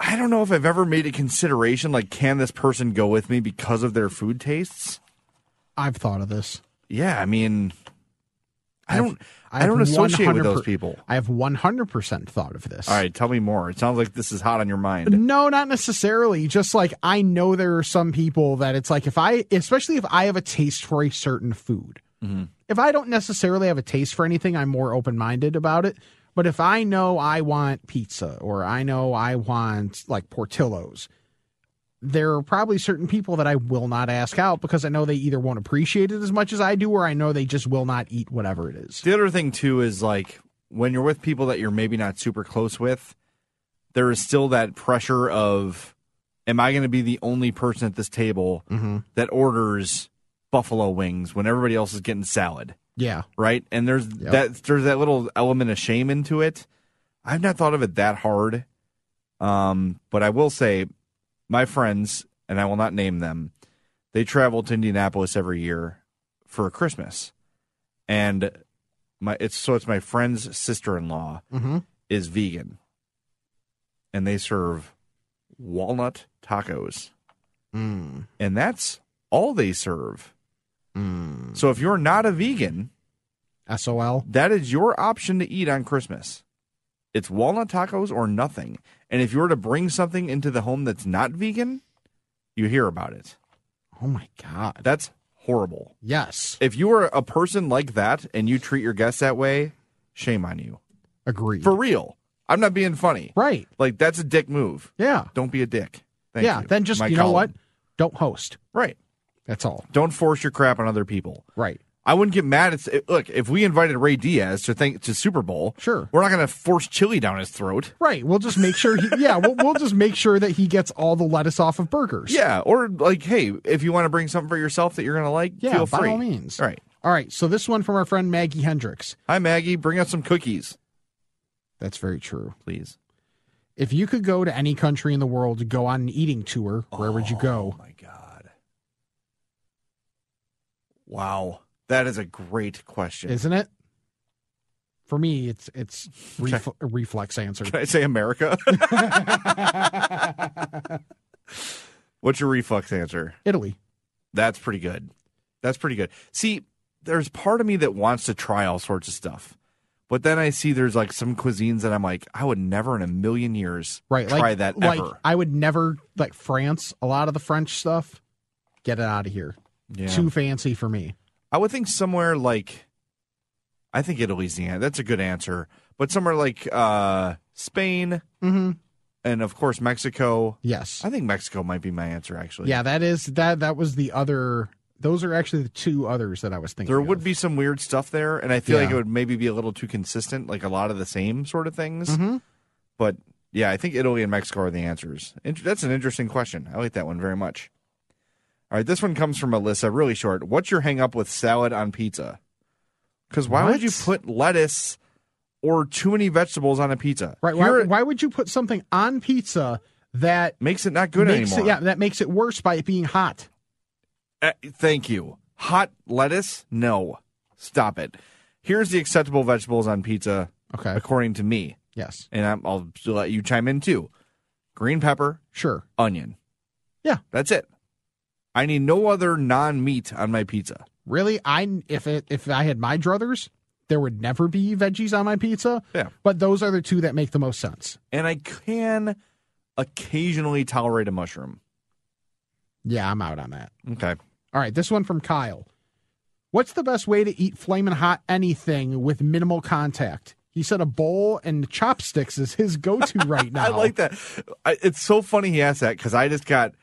I don't know if I've ever made a consideration like, can this person go with me because of their food tastes?
I've thought of this.
Yeah, I mean, I
I've-
don't, I
I've
don't associate with
100%
those people.
I have 100% thought of this.
All right, tell me more. It sounds like this is hot on your mind.
No, not necessarily. Just like I know there are some people that it's like if I, especially if I have a taste for a certain food, if I don't necessarily have a taste for anything, I'm more open minded about it. But if I know I want pizza or I know I want like Portillo's, there are probably certain people that I will not ask out because I know they either won't appreciate it as much as I do or I know they just will not eat whatever it is.
The other thing too is like when you're with people that you're maybe not super close with, there is still that pressure of am I going to be the only person at this table that orders buffalo wings when everybody else is getting salad?
Yeah.
right? And there's
Yep.
that there's that little element of shame into it. I've not thought of it that hard. Um, but I will say my friends, and I will not name them, they travel to Indianapolis every year for Christmas. And my it's so it's my friend's sister-in-law
Mhm.
is vegan. And they serve walnut tacos.
Mm-hmm.
And that's all they serve.
Mm.
So if you're not a vegan,
SOL.
that is your option to eat on Christmas. It's walnut tacos or nothing. And if you were to bring something into the home that's not vegan, you hear about it.
Oh my God.
That's horrible.
Yes.
If you are a person like that and you treat your guests that way, shame on you.
Agreed.
For real. I'm not being funny.
right.
Like that's a dick move.
Yeah.
Don't be a dick. Thank
yeah.
you.
Then just,
My
you know what?
colleague.
Don't host.
Right.
That's all.
Don't force your crap on other people.
Right.
I wouldn't get mad. It's it- look if we invited Ray Diaz to think to Super Bowl.
Sure.
we're not going to force chili down his throat.
Right. We'll just make sure he, yeah, we'll, we'll just make sure that he gets all the lettuce off of burgers.
Yeah, or like, hey, if you want to bring something for yourself that you're going to like,
Yeah,
feel
by
free.
all means.
All right.
All right. So this one from our friend Maggie Hendricks.
Hi, Maggie. Bring us some cookies,
That's very true.
please.
If you could go to any country in the world to go on an eating tour, where would you
Oh,
go?
my God. Wow, that is a great question.
Isn't it? For me, it's it's ref- a reflex answer.
Can I say America? What's your reflex answer?
Italy.
That's pretty good. That's pretty good. See, there's part of me that wants to try all sorts of stuff. But then I see there's like some cuisines that I'm like, I would never in a million years
Right.
try
like,
that
like
ever.
I would never like France, a lot of the French stuff. Get it out of here.
Yeah.
Too fancy for me.
I would think somewhere like I think Italy's the an- that's a good answer. But somewhere like uh Spain
Mm-hmm.
and of course Mexico.
Yes.
I think Mexico might be my answer actually.
Yeah, that is that that was the other those are actually the two others that I was thinking.
There would
of.
be some weird stuff there, and I feel like
Yeah.
it would maybe be a little too consistent, like a lot of the same sort of things.
Mhm.
But yeah, I think Italy and Mexico are the answers. Int- That's an interesting question. I like that one very much. All right, this one comes from Alyssa, really short. What's your hang up with salad on pizza? Because why would you
What?
put lettuce or too many vegetables on a pizza?
Right.
Here
Why,
it
why would you put something on pizza that
makes it not good
makes
anymore.
it yeah, that makes it worse by it being hot?
Uh, thank you. Hot lettuce? No. Stop it. Here's the acceptable vegetables on pizza,
Okay.
according to me.
Yes.
and I'm, I'll let you chime in too. Green pepper,
Sure.
onion.
Yeah.
that's it. I need no other non-meat on my pizza.
Really? I if it if I had my druthers, there would never be veggies on my pizza.
Yeah.
But those are the two that make the most sense.
And I can occasionally tolerate a mushroom.
Yeah, I'm out on that.
Okay.
All right, this one from Kyle. What's the best way to eat flamin' hot anything with minimal contact? He said a bowl and chopsticks is his go-to right now.
I like that. I, it's so funny he asked that because I just got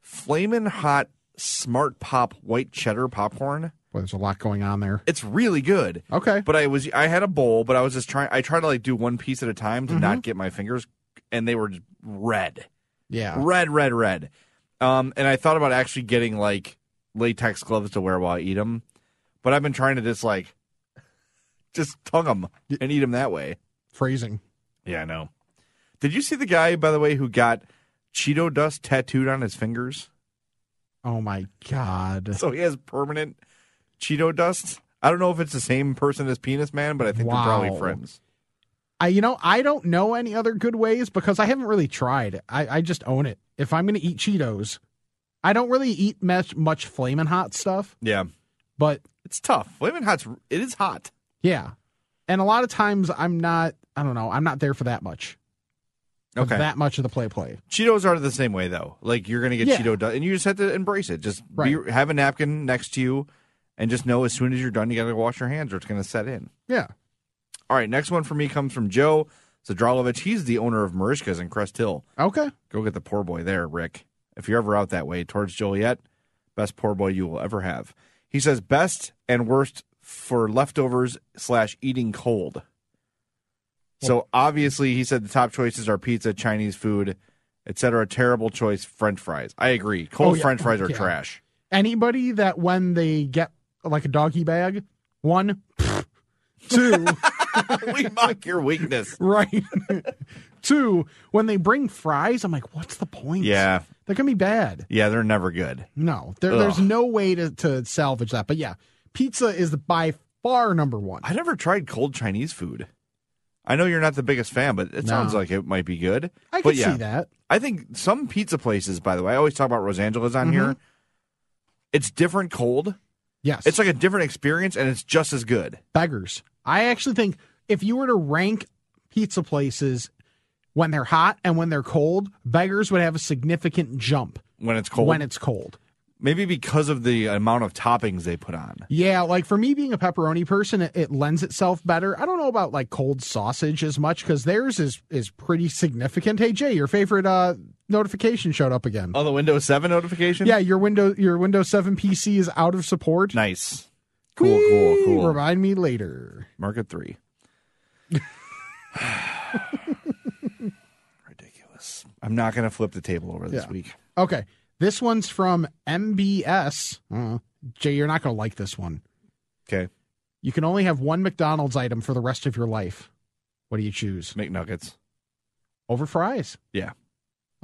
flamin' hot smart pop white cheddar popcorn.
Well, there's a lot going on there.
It's really good.
Okay.
But I was I had a bowl, but I was just trying. I tried to like do one piece at a time to not get my fingers, and they were just red.
Yeah.
red, red, red. Um, and I thought about actually getting like latex gloves to wear while I eat them, but I've been trying to just like just tongue them and eat them that way.
Phrasing.
Yeah, I know. Did you see the guy, by the way, who got Cheeto dust tattooed on his fingers?
Oh my god.
So he has permanent Cheeto dust. I don't know if it's the same person as Penis Man, but I think they're
Wow.
probably friends.
I you know, I don't know any other good ways because I haven't really tried. I, I just own it. If I'm gonna eat Cheetos, I don't really eat much much flamin' hot stuff,
Yeah,
but
it's tough. Flamin' hot's it is hot.
yeah. And a lot of times I'm not I don't know, I'm not there for that much. for
Okay,
That much of the play play.
Cheetos are the same way though. Like you're gonna get
Yeah.
Cheeto dust, and you just have to embrace it. Just
Right.
be, have a napkin next to you, and just know as soon as you're done, you gotta wash your hands, or it's gonna set in.
Yeah.
All right, next one for me comes from Joe Zadralovich. He's the owner of Marishka's in Crest Hill.
Okay.
Go get the poor boy there, Rick. If you're ever out that way towards Joliet, best poor boy you will ever have. He says best and worst for leftovers slash eating cold. So obviously, he said the top choices are pizza, Chinese food, etc. Terrible choice. French fries. I agree. Cold
Oh, yeah.
French fries are
Yeah.
trash.
Anybody that when they get like a doggy bag, one, two,
we mock your weakness.
right, two, when they bring fries, I'm like, what's the point?
Yeah,
They're going to be bad.
yeah, they're never good.
No, there,
Ugh.
there's no way to, to salvage that. But yeah, pizza is by far number one.
I never tried cold Chinese food. I know you're not the biggest fan, but it
No.
sounds like it might be good.
I
but
can
yeah,
see that.
I think some pizza places, by the way, I always talk about Rosangela's
Mm-hmm.
on here. It's different cold.
Yes.
It's like a different experience, and it's just as good.
beggars. I actually think if you were to rank pizza places when they're hot and when they're cold, beggars would have a significant jump
when it's cold.
when it's cold.
Maybe because of the amount of toppings they put on.
Yeah, like for me being a pepperoni person, it, it lends itself better. I don't know about like cold sausage as much because theirs is is pretty significant. Hey Jay, your favorite uh notification showed up again.
Oh, the Windows 7 notification?
yeah, your window your Windows 7 PC is out of support.
Nice. Cool, cool,
Whee!
cool.
Remind me later.
Mark a three. Ridiculous. I'm not going to flip the table over this
Yeah.
week.
Okay. This one's from MBS. Uh, Jay, you're not going to like this one.
Okay.
You can only have one McDonald's item for the rest of your life. What do you choose?
McNuggets.
Over fries.
Yeah.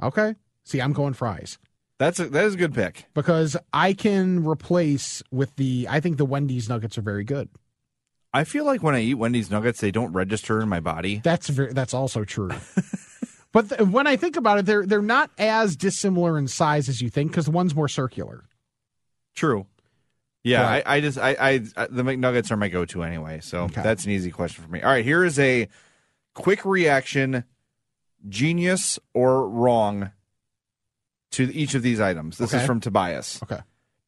Okay. See, I'm going fries
That's a, that is a good pick.
because I can replace with the, I think the Wendy's nuggets are very good.
I feel like when I eat Wendy's nuggets, they don't register in my body.
That's very, that's also true. but th- when I think about it, they're, they're not as dissimilar in size as you think because one's more circular.
True. Yeah,
Right.
I, I just I, I I- the McNuggets are my go-to anyway, so
Okay.
that's an easy question for me. All right, here is a quick reaction: genius or wrong to each of these items. This
Okay.
is from Tobias.
Okay.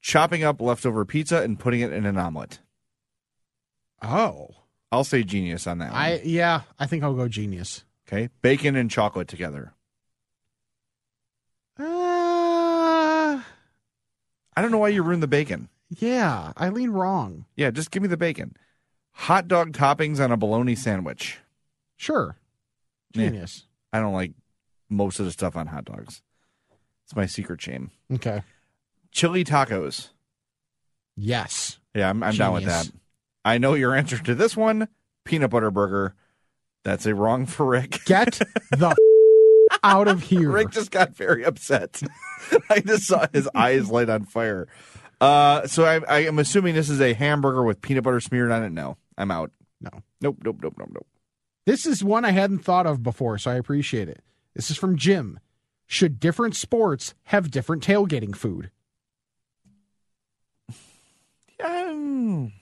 Chopping up leftover pizza and putting it in an omelet.
Oh,
I'll say genius on that. One.
I, yeah, I think I'll go genius.
okay, bacon and chocolate together.
Uh,
I don't know why you ruined the bacon.
yeah, I lean wrong.
Yeah, just give me the bacon. Hot dog toppings on a bologna sandwich.
Sure.
Meh.
Genius.
I don't like most of the stuff on hot dogs. It's my secret shame.
Okay.
Chili tacos.
Yes.
Yeah, I'm, I'm down with
Genius.
that. I know your answer to this one peanut butter burger. That's a wrong for Rick.
Get the out of here.
Rick just got very upset. I just saw his eyes light on fire. Uh, so I, I am assuming this is a hamburger with peanut butter smeared on it. No, I'm out.
No.
Nope, nope, nope, nope, nope.
This is one I hadn't thought of before, so I appreciate it. This is from Jim. Should different sports have different tailgating food?
Um,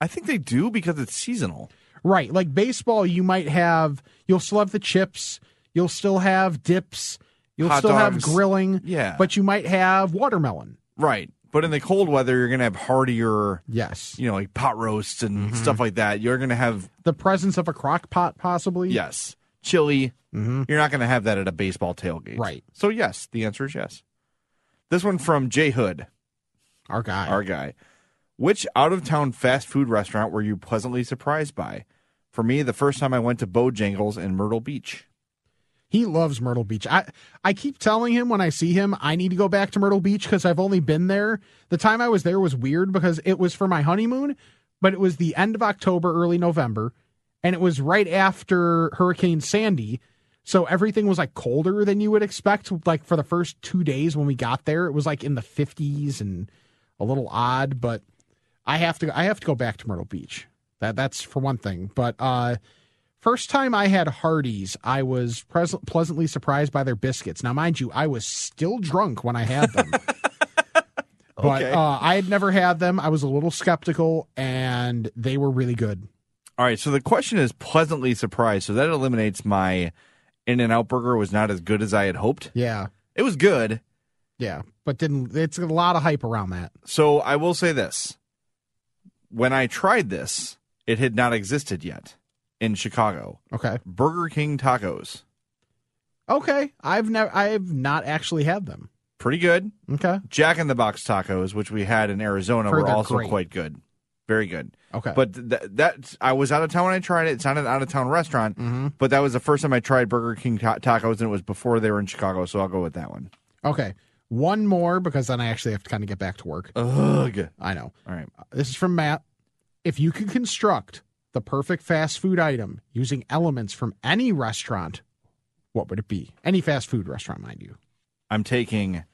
I think they do because it's seasonal.
Right. Like baseball, you might have, you'll still have the chips, you'll still have dips, you'll
Hot
still have
dogs.
grilling,
Yeah.
but you might have watermelon.
Right. But in the cold weather, you're going to have heartier,
Yes.
you know, like pot roasts and stuff like that. You're going to have,
The presence of a crock pot, possibly.
yes, chili.
Mhm.
You're not going to have that at a baseball tailgate.
Right.
So, yes, the answer is yes. This one from Jay Hood,
Our guy.
our guy. Which out of town fast food restaurant were you pleasantly surprised by? For me, the first time I went to Bojangles in Myrtle Beach.
He loves Myrtle Beach. I I keep telling him when I see him, I need to go back to Myrtle Beach because I've only been there. The time I was there was weird because it was for my honeymoon, but it was the end of October, early November, and it was right after Hurricane Sandy. So everything was like colder than you would expect. Like for the first two days when we got there, it was like in the fifties and a little odd. But I have to I have to go back to Myrtle Beach. That that's for one thing. But uh First time I had Hardee's, I was pres- pleasantly surprised by their biscuits. Now, mind you, I was still drunk when I had them. But
Okay.
uh, I had never had them. I was a little skeptical, and they were really good.
All right, so the question is pleasantly surprised. So that eliminates my In and Out burger was not as good as I had hoped.
Yeah,
It was good.
yeah, but didn't. It's a lot of hype around that.
So I will say this. When I tried this, it had not existed yet in Chicago.
Okay,
Burger King tacos.
okay. I've never. I've not actually had them.
Pretty good.
Okay,
Jack in the Box tacos, which we had in Arizona,
Heard
were
they're
also
great.
quite good. Very good.
Okay.
But th- that I was out of town when I tried it. It's not an out of town restaurant,
Mm-hmm.
but that was the first time I tried Burger King ta- tacos, and it was before they were in Chicago. So I'll go with that one.
Okay. One more because then I actually have to kind of get back to work.
Ugh.
I know. Uh,
All right.
This is from Matt. If you could construct the perfect fast food item using elements from any restaurant, what would it be? Any fast food restaurant, mind you.
I'm taking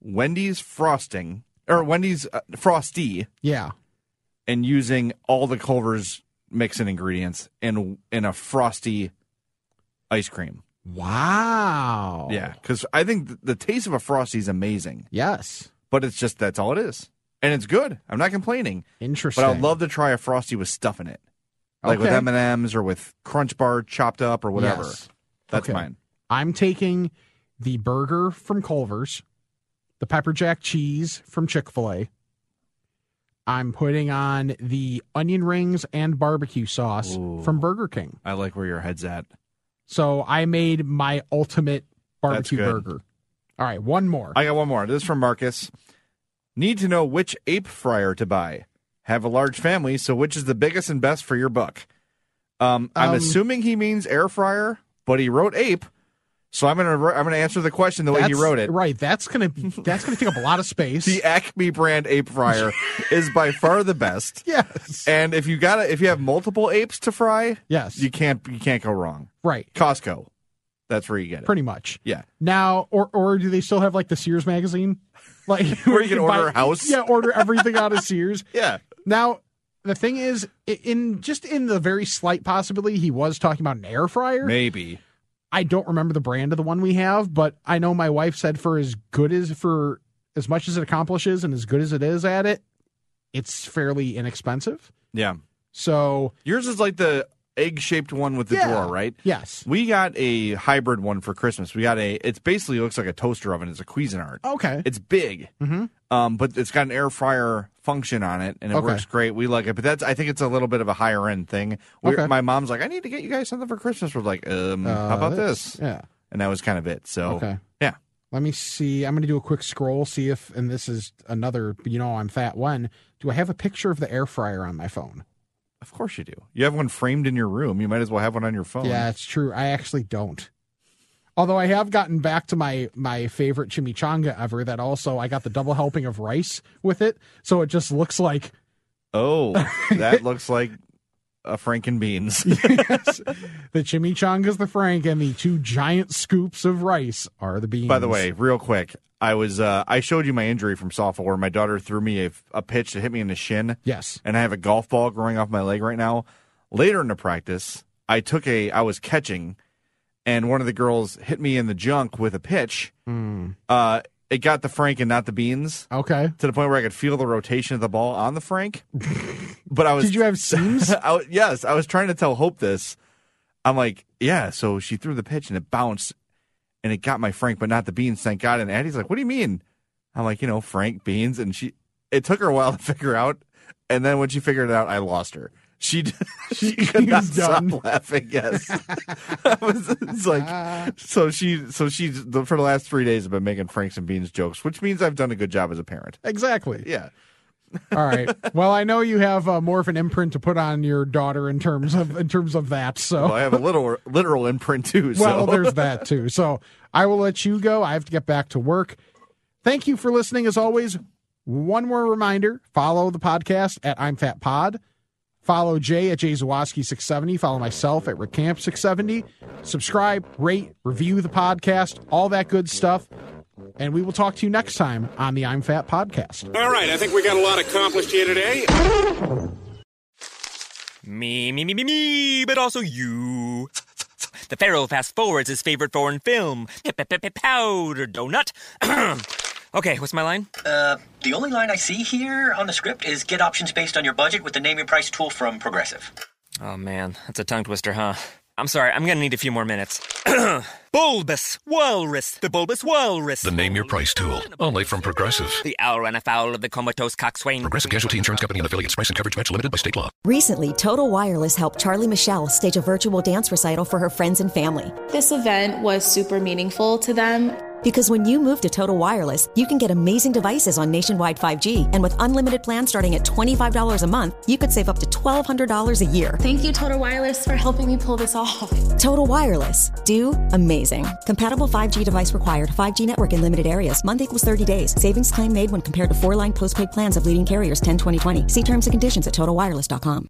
Wendy's frosting or Wendy's uh, frosty
Yeah.
and using all the Culver's mix and ingredients in in a frosty ice cream.
Wow.
Yeah, because I think th- the taste of a frosty is amazing,
Yes.
but it's just that's all it is, and it's good. I'm not complaining,
Interesting.
but I'd love to try a frosty with stuff in it, like with
Okay.
M and M's or with Crunch Bar chopped up or whatever.
Yes.
That's
Okay.
mine.
I'm taking the burger from Culver's, the pepper jack cheese from Chick fil A. I'm putting on the onion rings and barbecue sauce from Burger King.
I like where your head's at.
So I made my ultimate barbecue
good.
burger. All right, one more.
I got one more. This is from Marcus. Need to know which ape fryer to buy. Have a large family, so which is the biggest and best for your buck? Um, I'm
Um,
assuming he means air fryer, but he wrote ape, so I'm gonna I'm gonna answer the question the way he
That's-
wrote it.
Right. That's gonna that's gonna take up a lot of space.
The Acme brand ape fryer is by far the best.
yes.
And if you gotta if you have multiple apes to fry,
Yes.
you can't you can't go wrong.
right.
Costco, that's where you get it.
Pretty much.
yeah,
Now, or or do they still have like the Sears magazine, like
Where you can order a house?
Yeah, order everything out of Sears.
yeah.
Now, the thing is, i- in just in the very slight possibility, he was talking about an air fryer.
Maybe
I don't remember the brand of the one we have, but I know my wife said for as good as for as much as it accomplishes and as good as it is at it, it's fairly inexpensive.
yeah.
So
Yours is like the egg shaped one with the
Yeah.
drawer, right?
yes,
We got a hybrid one for Christmas. We got a. It's basically looks like a toaster oven. It's a Cuisinart.
okay,
It's big,
Mhm.
um, but it's got an air fryer function on it, and it
Okay.
works great. We like it, but that's. I think it's a little bit of a higher end thing. We,
Okay.
My mom's like, I need to get you guys something for Christmas. We're like, um,
Uh,
how about this?
Yeah.
And that was kind of it. So
Okay.
yeah,
Let me see. I'm going to do a quick scroll, see if, and this is another, you know, I'm fat one. Do I have a picture of the air fryer on my phone?
of course you do. You have one framed in your room. You might as well have one on your phone.
Yeah, it's true. I actually don't. Although I have gotten back to my my favorite chimichanga ever. That also I got the double helping of rice with it, so it just looks like
Oh, that looks like a Franken beans.
the chimichanga's the frank, and the two giant scoops of rice are the beans.
By the way, real quick, I was uh, I showed you my injury from softball where my daughter threw me a, a pitch that hit me in the shin,
yes,
and I have a golf ball growing off my leg right now. Later in the practice, I took a I was catching, and one of the girls hit me in the junk with a pitch. Uh, it got the frank and not the beans
okay.
to the point where I could feel the rotation of the ball on the frank. but I was
Did you have seams?
I w- yes, I was trying to tell Hope this. I'm like, yeah. So she threw the pitch and it bounced, and it got my Frank, but not the beans. Thank God. And Addie's like, "What do you mean?" I'm like, you know, Frank beans, and she. It took her a while to figure out, and then when she figured it out, I lost her. She d- she could not
was done.
stop laughing. Yes, I was, it's like so she so she the- for the last three days I've been making Franks and beans jokes, which means I've done a good job as a parent.
Exactly.
Yeah,
All right. Well, I know you have uh, more of an imprint to put on your daughter in terms of in terms of that. So
well, I have a little literal imprint too. So.
Well, there's that too. So I will let you go. I have to get back to work. Thank you for listening. As always, one more reminder follow the podcast at I'm Fat Pod. Follow Jay at Jay Zawoski 670. Follow myself at Rick Camp 670. Subscribe, rate, review the podcast, all that good stuff. And we will talk to you next time on the I'm Fat podcast.
All right, I think we got a lot accomplished here today.
Me, me, me, me, me, but also you. The Pharaoh fast forwards his favorite foreign film, Powder Donut. okay, what's my line?
uh, The only line I see here on the script is get options based on your budget with the name your price tool from Progressive.
Oh man, that's a tongue twister, huh? I'm sorry, I'm gonna need a few more minutes. bulbous Walrus, the Bulbous Walrus.
The Name Your Price tool, only from Progressive.
The owl ran afoul of the comatose coxswain.
Progressive Casualty Insurance Company and affiliates. Price and coverage match limited by state law.
Recently, Total Wireless helped Charlie Michelle stage a virtual dance recital for her friends and family.
This event was super meaningful to them.
Because when you move to Total Wireless, you can get amazing devices on nationwide 5G. And with unlimited plans starting at $25 a month, you could save up to $1,200 a year.
Thank you, Total Wireless, for helping me pull this off.
Total Wireless. Do amazing. Compatible 5G device required. 5G network in limited areas. Month equals 30 days. Savings claim made when compared to four line postpaid plans of leading carriers 10 2020. See terms and conditions at totalwireless.com.